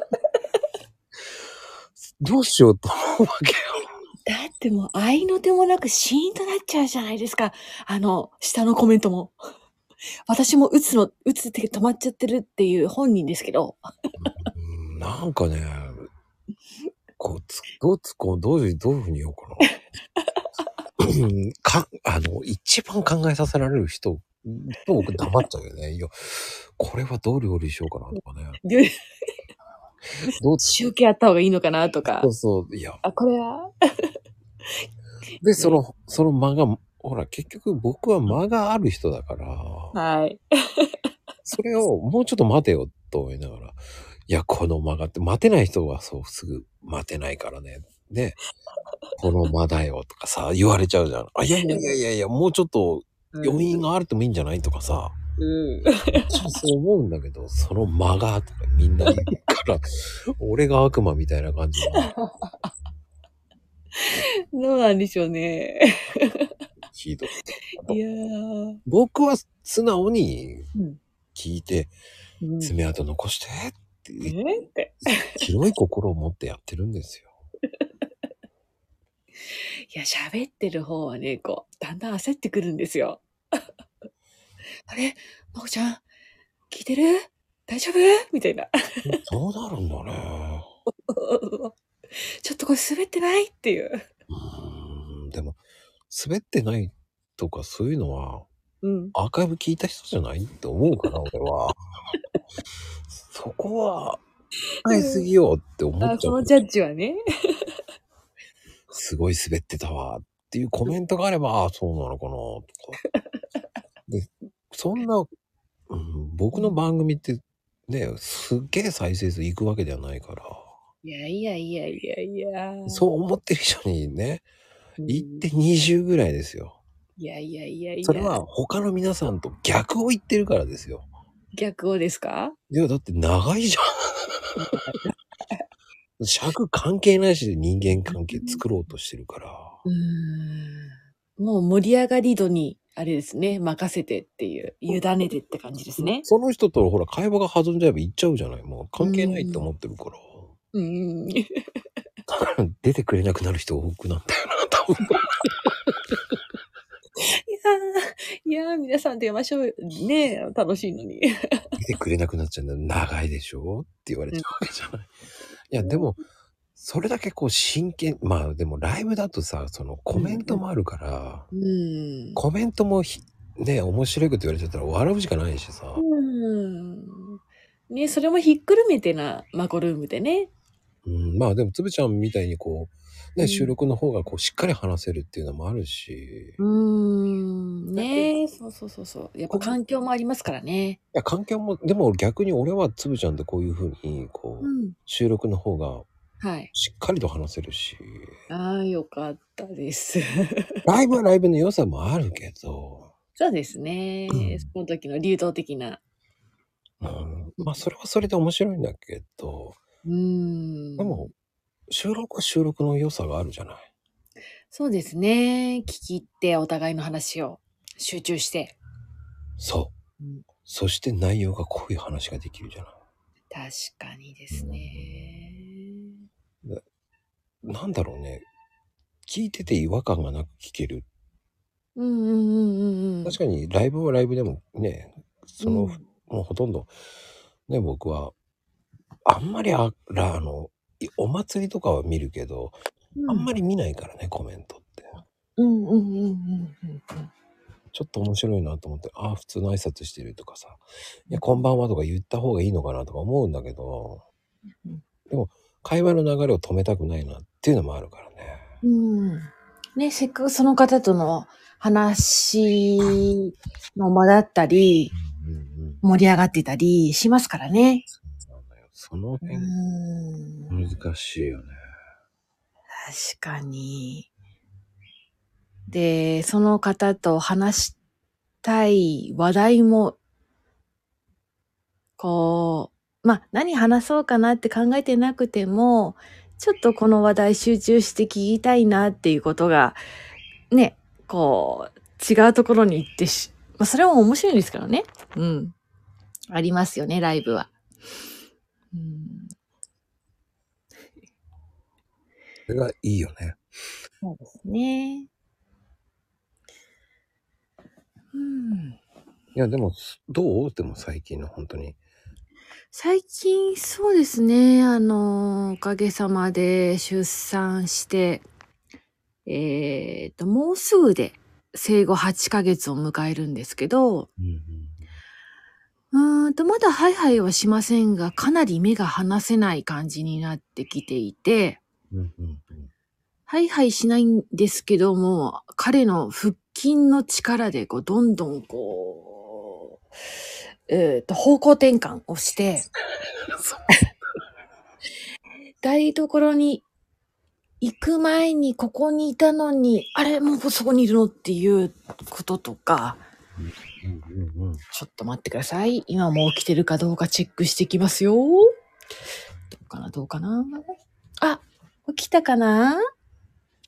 Speaker 1: どうしようと思うわけよ。
Speaker 2: だってもう、愛の手もなくシーンとなっちゃうじゃないですか。あの、下のコメントも。 [LAUGHS] 私も打つの、打つ手が止まっちゃってるっていう本人ですけど。
Speaker 1: うんなんかね、こう、つどう突っ込む、どういう、どういうふうに言おうかな。うんか、あの、一番考えさせられる人と僕黙っちゃうよね。いや、これはどう料理しようかなとかね。
Speaker 2: で
Speaker 1: どう
Speaker 2: 集計あった方がいいのかなとか
Speaker 1: そ。うそう、いや、
Speaker 2: あ、これは、
Speaker 1: で、その、その間が、ほら、結局僕は間がある人だから、
Speaker 2: はい。
Speaker 1: それをもうちょっと待てよと思いながら、いや、この間がって、待てない人はそうすぐ待てないからね。で、この間だよとかさ、言われちゃうじゃん。あ、いやいやいやいやいや、もうちょっと余韻があるともいいんじゃないとかさ、
Speaker 2: うん。
Speaker 1: そう思うんだけど、その間がとかみんな言うから、 [LAUGHS] 俺が悪魔みたいな感じの。
Speaker 2: どうなんでしょ
Speaker 1: [LAUGHS]
Speaker 2: うね。
Speaker 1: ひどい
Speaker 2: いやー。
Speaker 1: 僕は素直に
Speaker 2: うん
Speaker 1: 聞いて、
Speaker 2: うん
Speaker 1: 爪痕残してって言っ
Speaker 2: えーって。
Speaker 1: 広い心を持ってやってるんですよ。
Speaker 2: いや、喋ってる方はね、こう、だんだん焦ってくるんですよ。 [LAUGHS] あれまこちゃん、聞いてる大丈夫みたいな。
Speaker 1: そうなるんだね。
Speaker 2: [LAUGHS] ちょっとこれ滑ってないっていう。
Speaker 1: うーん、でも、滑ってないとかそういうのは、
Speaker 2: うん。
Speaker 1: アーカイブ聞いた人じゃないって思うかな、俺は。そこは、使いすぎよって思
Speaker 2: あ
Speaker 1: っちゃ
Speaker 2: そうの。ジャッジはね。
Speaker 1: すごい滑ってたわっていうコメントがあれば、ああ、そうなのかな、とか。で、そんな、うん、僕の番組って、ね、すっげえ再生数いくわけではないから、
Speaker 2: いやいやいやいやいや。
Speaker 1: そう思ってる人にね、
Speaker 2: うん。
Speaker 1: 行って20ぐらいですよ。
Speaker 2: いやいやいやいや。
Speaker 1: それは他の皆さんと逆を言ってるからですよ。
Speaker 2: 逆をですか
Speaker 1: いや、だって長いじ
Speaker 2: [LAUGHS]
Speaker 1: ゃん。尺関係ないし、人間関係作ろうとしてるから。
Speaker 2: うーん。もう盛り上がり度に、あれですね、任せてっていう、委ねてって感じですね。
Speaker 1: その人とほら、会話が弾んじゃえば行っちゃうじゃない。もう関係ないって思ってるから。
Speaker 2: うん。
Speaker 1: 出てくれなくなる人多くなったよな、多分。
Speaker 2: いやー、いやー皆さん出ましょうよ。ねえ楽しいのに。
Speaker 1: 出てくれなくなっちゃうんだよ。長いでしょって言われちゃうわけじゃない。いや、でも、それだけこう真剣、まあでもライブだとさ、そのコメントもあるから、
Speaker 2: うん。
Speaker 1: コメントもひね面白いこと言われちゃったら笑うしかないしさ、
Speaker 2: うん。ねそれもひっくるめてな、マコルームでね。
Speaker 1: うん、まあでもつぶちゃんみたいにこう、
Speaker 2: う
Speaker 1: ね、
Speaker 2: ん
Speaker 1: 収録の方がこうしっかり話せるっていうのもあるし、
Speaker 2: うーん。ねそうそうそうそう。やっぱ環境もありますから
Speaker 1: い
Speaker 2: ね。
Speaker 1: や環境もでも逆に俺はつぶちゃんとこういうふうにこう、
Speaker 2: うん。
Speaker 1: 収録の方が
Speaker 2: はい。
Speaker 1: しっかりと話せるし
Speaker 2: ああ、よかったです。 [LAUGHS]
Speaker 1: ライブはライブの良さもあるけど、
Speaker 2: そうですね
Speaker 1: うん。
Speaker 2: その時の流動的な。
Speaker 1: うん、まあそれはそれで面白いんだけど
Speaker 2: うーん。
Speaker 1: でも収録は収録の良さがあるじゃない。
Speaker 2: そうですね。聞き入ってお互いの話を集中して。
Speaker 1: そう、
Speaker 2: うん
Speaker 1: そして内容がこういう話ができるじゃない。
Speaker 2: 確かにですね。
Speaker 1: なんだろうね。聞いてて違和感がなく聞ける。
Speaker 2: うんうんうんうんうん。
Speaker 1: 確かにライブはライブでもね、その、
Speaker 2: うん
Speaker 1: もうほとんど、ね、僕は、あんまりあら、あの、いお祭りとかは見るけど、あんま
Speaker 2: り。
Speaker 1: り見ないからね、コメントって。
Speaker 2: うんうんうんうんうんうん。
Speaker 1: ちょっと面白いなと思って、ああ、普通の挨拶してるとかさ、いや、こんばんはとか言った方がいいのかなとか思うんだけど、でも、会話の流れを止めたくないなっていうのもあるからね。
Speaker 2: うん。ね、せっかくその方との話の間だったり、
Speaker 1: うんうん。
Speaker 2: 盛り上がってたりしますからね。
Speaker 1: そうなのよその
Speaker 2: う
Speaker 1: 辺、
Speaker 2: ん。
Speaker 1: 難しいよね。
Speaker 2: 確かに。で、その方と話したい話題も、こう、まあ、何話そうかなって考えてなくても、ちょっとこの話題集中して聞きたいなっていうことが、ね、こう、違うところに行ってし、まあ、それも面白いですからね。うん。ありますよね、ライブは。うん。
Speaker 1: それがいいよね。
Speaker 2: そうですね。うん。
Speaker 1: いや、でも、すどうでも最近の本当に。
Speaker 2: 最近、そうですね。あの、おかげさまで出産して、えっ、と、もうすぐで生後8ヶ月を迎えるんですけど、
Speaker 1: うん
Speaker 2: うーんと、まだハイハイはしませんが、かなり目が離せない感じになってきていて、
Speaker 1: うん。うんうんうん。
Speaker 2: ハイハイしないんですけども、彼の腹筋の力で、こう、どんどん、こう、えっ、と、方向転換をして、 [LAUGHS] 台所に行く前にここにいたのに、あれ、もうそこにいるのっていうこととか、
Speaker 1: うんうんうん。
Speaker 2: ちょっと待ってください。今もう起きてるかどうかチェックしてきますよ。どうかな、どうかな。あ、起きたかな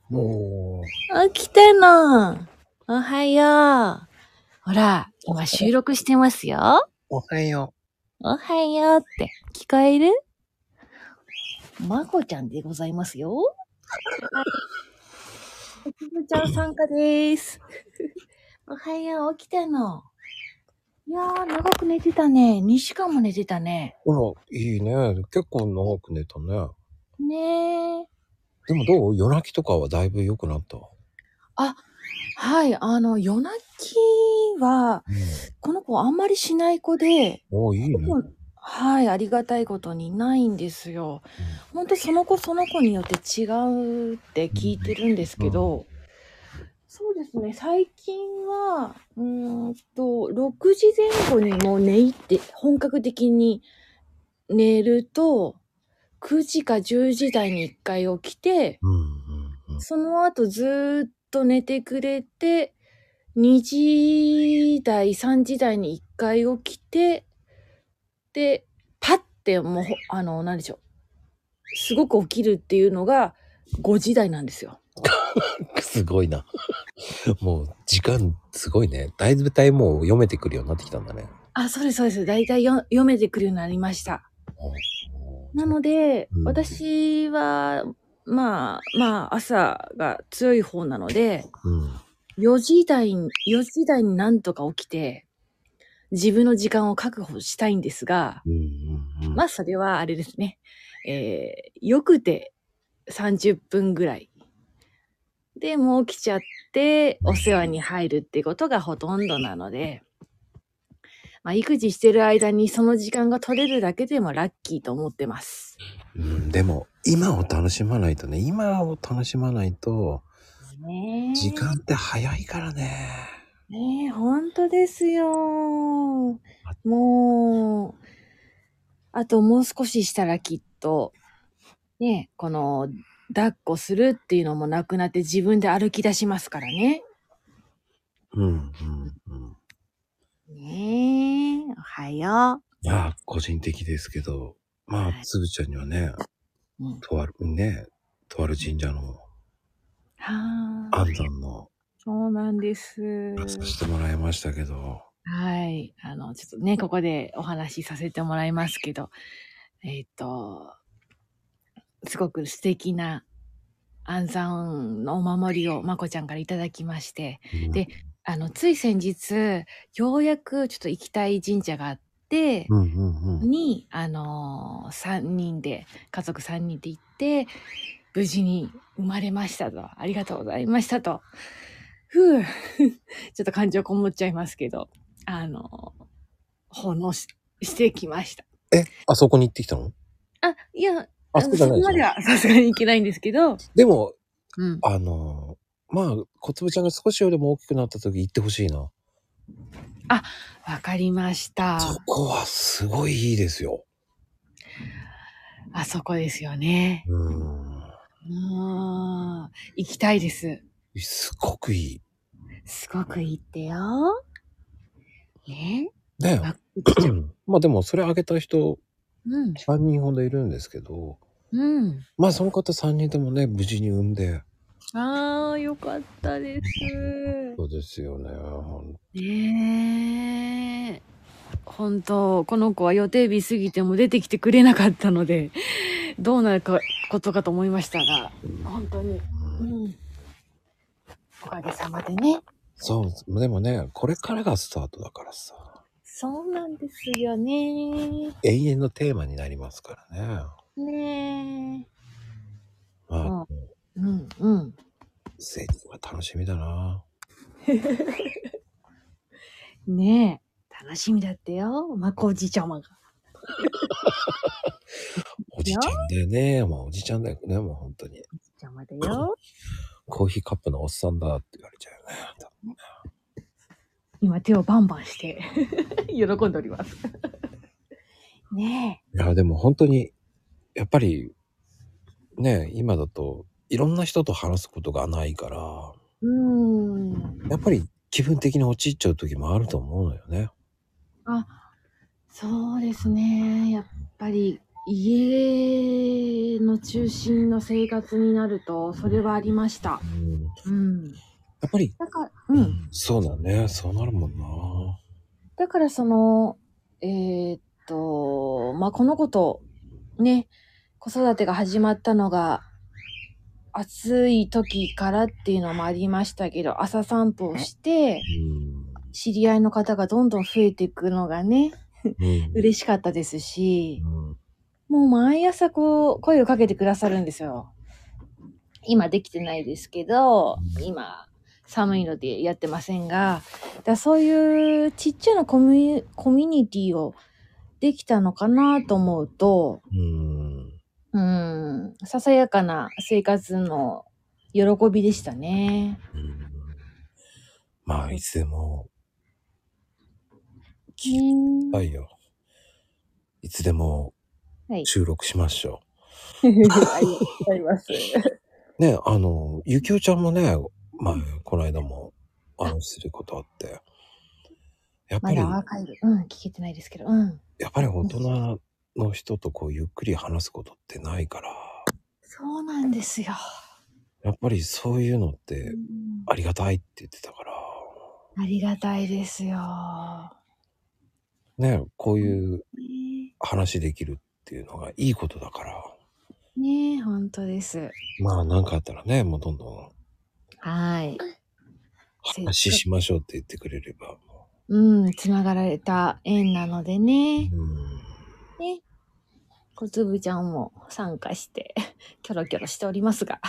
Speaker 1: もう、
Speaker 2: 起きたの。おはよう。ほら、今収録してますよ。
Speaker 1: おはよ
Speaker 2: おはようって聞こえるまこちゃんでございますよ。はい。つぶちゃん参加です。おはよう、起きたの。いやー、長く寝てたね。2時間も寝てたね。
Speaker 1: う。ほら、いいね。結構長く寝たね。
Speaker 2: ねー。
Speaker 1: でもどう夜泣きとかはだいぶ良くなった。
Speaker 2: はい、あの、夜泣きは、この子あんまりしない子で、
Speaker 1: おおいいね。
Speaker 2: うんはい、ありがたいことにないんですよ。本当その子その子によって違うって聞いてるんですけど、そうですね、最近は、うーんと、6時前後にもう寝入って、本格的に寝ると、9時か10時台に1回起きて、
Speaker 1: うんうんうん。
Speaker 2: その後ずーっと寝てくれて、2時台、3時台に1回起きて、で、パッてもう、ほあの、何でしょう。すごく起きるっていうのが5時台なんですよ。
Speaker 1: すごいな。 [LAUGHS] もう時間すごいね。だいぶ体もう読めてくるようになってきたんだね。
Speaker 2: あ、そうです、そうです。だいたいよ読めてくるようになりました。なので
Speaker 1: う、ん
Speaker 2: 私は、まあ、まあ、朝が強い方なので、
Speaker 1: うん。
Speaker 2: 4時台に、4時台になんとか起きて、自分の時間を確保したいんですが、
Speaker 1: うんうんうん。
Speaker 2: まあそれはあれですね。えー、よくて30分ぐらい。で、もう起きちゃって、お世話に入るってことがほとんどなので、まあ育児してる間にその時間が取れるだけでもラッキーと思ってます。
Speaker 1: うん、でも今を楽しまないとね。今を楽しまないと
Speaker 2: ねえ
Speaker 1: 時間って早いからね。
Speaker 2: ねえ、本当ですよ。もう、あともう少ししたらきっと、ねえ、この、抱っこするっていうのもなくなって自分で歩き出しますからね。
Speaker 1: うんうんうん。
Speaker 2: ねえ、おはよ
Speaker 1: いや、個人的ですけど、ま
Speaker 2: は
Speaker 1: あ、
Speaker 2: い
Speaker 1: つぶちゃんにはね、
Speaker 2: う。うん、
Speaker 1: とある、ね、とある神社の
Speaker 2: はあ、
Speaker 1: 安産の
Speaker 2: そうなんです。
Speaker 1: させてもらいましたけど、
Speaker 2: はい。あの、ちょっとね、ここでお話しさせてもらいますけど、えっ、と、すごく素敵な安産のお守りをまこちゃんからいただきまして、
Speaker 1: うん
Speaker 2: で、あの、つい先日、ようやくちょっと行きたい神社があって、
Speaker 1: うんうんうん。
Speaker 2: に、あのー、3人で、家族3人で行って、無事に生まれましたと、ありがとうございましたと。ふう [LAUGHS] ちちょっと感情こもっちゃいますけど、あの、奉納ししてきました。
Speaker 1: え、あそこに行ってきたの
Speaker 2: あ、いや、
Speaker 1: あ
Speaker 2: あ
Speaker 1: そ
Speaker 2: の
Speaker 1: こじゃ
Speaker 2: そ
Speaker 1: ないですよ
Speaker 2: こまで
Speaker 1: ね
Speaker 2: はさすがにいけないんですけど、
Speaker 1: でも、
Speaker 2: うん。
Speaker 1: あのーまあ、小粒ちゃんが少しよりも大きくなった時行ってほしいな。
Speaker 2: わかりました。
Speaker 1: そこはすごいいいですよ。
Speaker 2: あそこですよね。
Speaker 1: うーん。
Speaker 2: うん。行きたいです。
Speaker 1: すごくいい。
Speaker 2: すごくいいってよ。ね。
Speaker 1: ね
Speaker 2: わ
Speaker 1: [CLEARS THROAT] まあでも、それあげた人、
Speaker 2: うん。
Speaker 1: 3人ほどいるんですけど、
Speaker 2: うん。
Speaker 1: まあその方3人ともね、無事に産んで。
Speaker 2: ああ、よかったです。
Speaker 1: そうですよね。ほん
Speaker 2: ねえ。本当、この子は予定日過ぎても出てきてくれなかったので、どうなるかことかと思いましたが、本当に、うん。おかげさまでね。
Speaker 1: そう、でもね、これからがスタートだからさ、
Speaker 2: そうなんですよね。
Speaker 1: 永遠のテーマになりますからね。
Speaker 2: ね
Speaker 1: まあ、
Speaker 2: うんえ。うん、うん。
Speaker 1: 生理は楽しみだな。
Speaker 2: ねえ。楽しみだってよ。まこおじいちゃまが。
Speaker 1: おじちゃんだよね。もうおじちゃんだよね、もう本当に。
Speaker 2: おじいちゃまだよ。
Speaker 1: コーヒーカップのおっさんだって言われちゃうよね。
Speaker 2: 今手をバンバンして [LAUGHS] 喜んでおります。ね
Speaker 1: いや、でも本当に、やっぱり、ね、今だといろんな人と話すことがないから、
Speaker 2: え。うーん。
Speaker 1: やっぱり気分的に陥っちゃう時もあると思うのよね。
Speaker 2: そうですね。やっぱり家の中心の生活になると、それはありました。
Speaker 1: うん、や
Speaker 2: うん。
Speaker 1: っぱり、
Speaker 2: だから、うん。
Speaker 1: そうだね。そうなるもんな。
Speaker 2: だからその、えーっと、まあ、この子と、ね、子育てが始まったのが、暑い時からっていうのもありましたけど、朝散歩をして、知り合いの方がどんどん増えていくのがね、
Speaker 1: うん。
Speaker 2: 嬉しかったですし、
Speaker 1: うん
Speaker 2: もう毎朝こう、声をかけてくださるんですよ。今できてないですけど、今、寒いのでやってませんが、だからそういうちっちゃなコミュコミュニティをできたのかなと思うと、
Speaker 1: うん。
Speaker 2: うん、ささやかな生活の喜びでしたね。
Speaker 1: うんまあ、いつでも、聞
Speaker 2: うん
Speaker 1: きたいよ。いつでも
Speaker 2: はい
Speaker 1: 収録しましょ
Speaker 2: [LAUGHS] ありがとうございます。
Speaker 1: う。ね、あの、ゆきおちゃんもね、まあ、この間も、あの、することあって。やっぱ
Speaker 2: ま
Speaker 1: り、
Speaker 2: だアー
Speaker 1: や
Speaker 2: カイブ、うん、聞けてないですけど、うん。
Speaker 1: っぱり大人の人とこう、ゆっくり話すことってないから、
Speaker 2: そうなんですよ。
Speaker 1: やっぱりそういうのっ
Speaker 2: う
Speaker 1: て、
Speaker 2: ん
Speaker 1: ありがたいって言ってたから、
Speaker 2: ありがたいですよ。
Speaker 1: ね、こういう
Speaker 2: ね
Speaker 1: 話できるっていうのがいいことだから、
Speaker 2: え、ねえ本当です。
Speaker 1: まあ、なんかあったらね、もうどんどん
Speaker 2: はい。
Speaker 1: 話しましょうって言ってくれれば。
Speaker 2: うん、つながられた縁なのでね。
Speaker 1: うん。
Speaker 2: ね。小粒ちゃんも参加して、 [LAUGHS] キョロキョロしておりますが。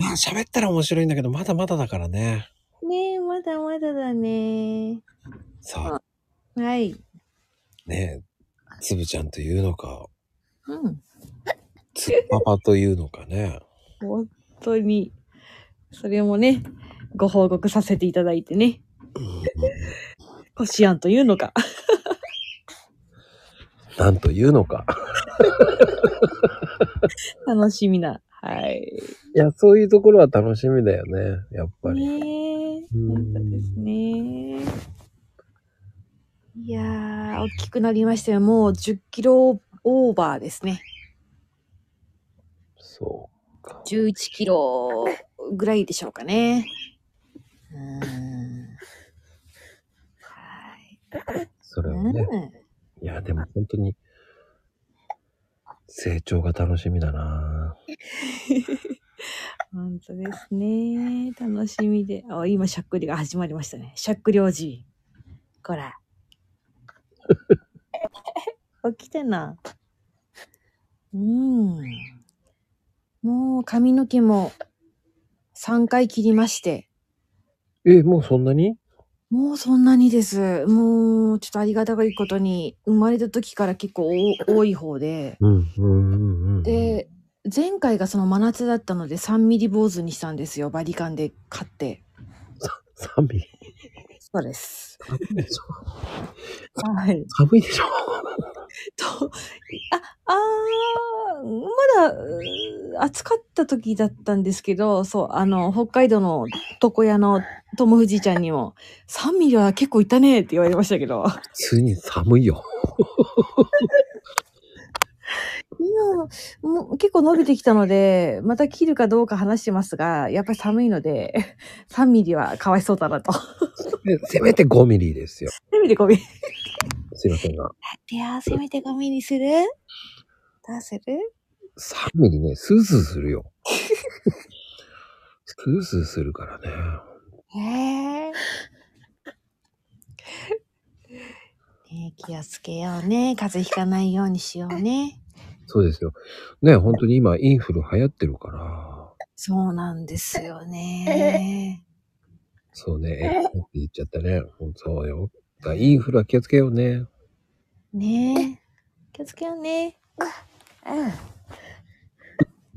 Speaker 1: まあ喋ったら面白いんだけど、まだまだだからね。
Speaker 2: ねえ、まだまだだね。
Speaker 1: さあ、
Speaker 2: はい。
Speaker 1: ねえ、つぶちゃんというのか、
Speaker 2: うん。
Speaker 1: つぶパパというのかね。
Speaker 2: 本当に、それもね、ご報告させていただいてね。 [LAUGHS] こしあんというのか。
Speaker 1: なんというのか。
Speaker 2: 楽しみな。はい。
Speaker 1: [LAUGHS] いや、そういうところは楽しみだよね、やっぱり。
Speaker 2: ねえ
Speaker 1: うん
Speaker 2: 本当ですね。いやー、大きくなりましたよ。もう10キロオーバーですね。
Speaker 1: そうか。
Speaker 2: 11キロぐらいでしょうかね。うーん。はい。
Speaker 1: それは
Speaker 2: う
Speaker 1: ね。
Speaker 2: ん。
Speaker 1: いや、でも本当に、成長が楽しみだな
Speaker 2: 本当ですね。楽しみで。あ、今、しゃっくりが始まりましたね。しゃっくりおじい。こら。 [LAUGHS] 起きてな。うん。もう髪の毛も3回切りまして、
Speaker 1: え、もうそんなに
Speaker 2: もうそんなにです。もう、ちょっとありがたいことに、生まれた時から結構お多い方で、
Speaker 1: うん、うん、うん、うん。
Speaker 2: で、前回がその真夏だったので3ミリ坊主にしたんですよ。バリカンで買って。
Speaker 1: 寒い。
Speaker 2: そうです。
Speaker 1: 寒いでしょ。
Speaker 2: はい。
Speaker 1: 寒いでしょ。
Speaker 2: と、あ、あーまだうー、暑かった時だったんですけど、そう、あの、北海道の床屋の友藤ちゃんにも、3ミリは結構いたねって言われましたけど。
Speaker 1: 普通に寒いよ。
Speaker 2: 今もう結構伸びてきたので、また切るかどうか話してますが、やっぱり寒いので、3ミリはかわいそうだなと。
Speaker 1: で [LAUGHS] せめて5ミリですよ。
Speaker 2: せめて5ミリ。
Speaker 1: すいませんが。
Speaker 2: いやー、せめて5ミリする出せる
Speaker 1: 3ミリね、スースーするよ。 [LAUGHS] スースーするからね。
Speaker 2: へえ。ねえ気をつけようね。風邪ひかないようにしようね。
Speaker 1: そうですよ。ね、本当に今インフル流行ってるから。
Speaker 2: そうなんですよね。
Speaker 1: そうね、えって言っちゃったね。そうよ。だからインフルは気をつけようね。
Speaker 2: ねえ。気をつけようね。うん。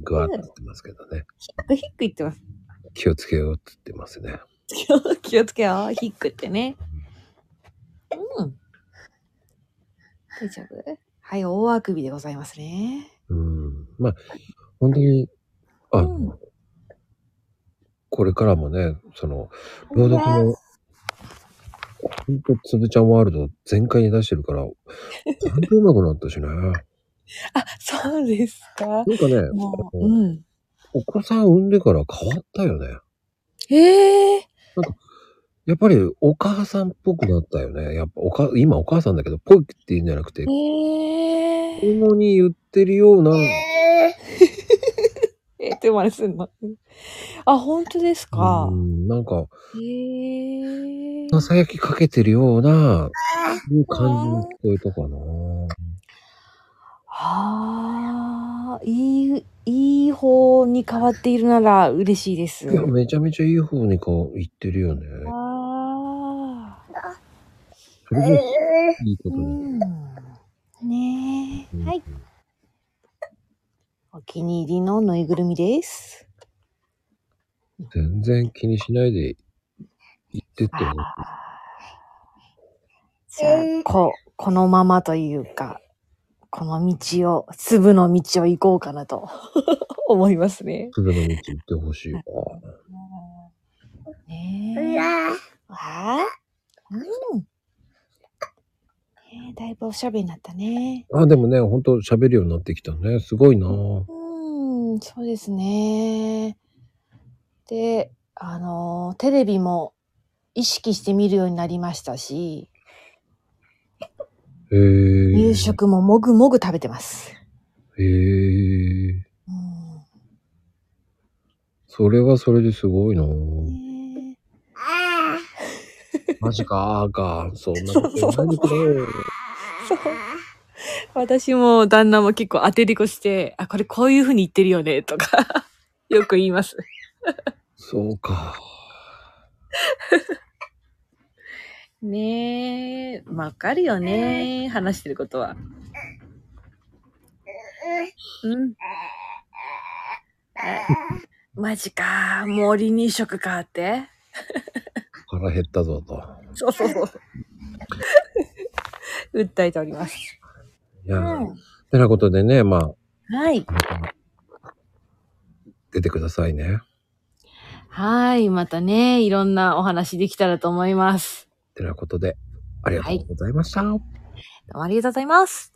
Speaker 1: ぐわっと言ってますけどね。
Speaker 2: ひっく言ってます。 [LAUGHS]
Speaker 1: 気をつけようって言ってますね。
Speaker 2: 気をつけよう。ひっくってね。うん。大丈夫はい、大あくびでございますね。
Speaker 1: うん。まあ、本当に、あ、
Speaker 2: うん
Speaker 1: これからもね、その、朗読の、ほんと、つぶちゃんワールド全開に出してるから、ほんと上手くなった
Speaker 2: [LAUGHS]
Speaker 1: しね。なんか
Speaker 2: あ、そうですか。
Speaker 1: ね、
Speaker 2: も
Speaker 1: あ
Speaker 2: う、
Speaker 1: の
Speaker 2: うん。
Speaker 1: お子さん産んでから変わったよね。
Speaker 2: ええ
Speaker 1: やっぱりお母さんっぽくなったよね。やっぱおか、今お母さんだけど、ぽいって言うんじゃなくて、子
Speaker 2: ええ
Speaker 1: 供に言ってるような、
Speaker 2: えってまれすんの。あ、本当ですか
Speaker 1: う。んなんか、
Speaker 2: へえ
Speaker 1: ささやきかけてるような、いう感じに聞こえたかな。
Speaker 2: ああ、いい、いい方に変わっているなら嬉しいです。
Speaker 1: いや、めちゃめちゃいい方にこう言ってるよね。
Speaker 2: ああ、
Speaker 1: それもいいこ
Speaker 2: う
Speaker 1: とに。
Speaker 2: ん。ねえ。はい。お気に入りのぬいぐるみです。
Speaker 1: 全然気にしないで言ってってね。
Speaker 2: じゃあ、こ、このままというか、この道を、粒の道を行こうかなと [LAUGHS] 思いますね。
Speaker 1: 鶴の道行ってほしいわ。
Speaker 2: ねえ。わあ。うん。ねえ、だいぶおしゃべりになったね。
Speaker 1: あ、でもね、ほんと喋るようになってきたね。すごいな
Speaker 2: うん、そうですね。で、あの、テレビも意識して見るようになりましたし、
Speaker 1: へえ。
Speaker 2: 夕食ももぐもぐ食べてます。
Speaker 1: へえ。
Speaker 2: うん
Speaker 1: それはそれですごいな
Speaker 2: ねえ
Speaker 1: マジか、あーか。そんなこと言わないでくれよ。
Speaker 2: 私も旦那も結構当てりこして、あ、これこういうふうに言ってるよね、とか、 [LAUGHS] よく言います。
Speaker 1: そうか。
Speaker 2: ねえ、わかるよね、話してることは。うん。マジか、森に食かって。
Speaker 1: 腹減ったぞと。
Speaker 2: そうそうそう。訴えております。
Speaker 1: いやー、てなことでね、まあ、
Speaker 2: はい。
Speaker 1: また出てくださいね。
Speaker 2: はい。またね、いろんなお話できたらと思います。
Speaker 1: てなことで、ありがとうございました。
Speaker 2: どうもありがとうございます。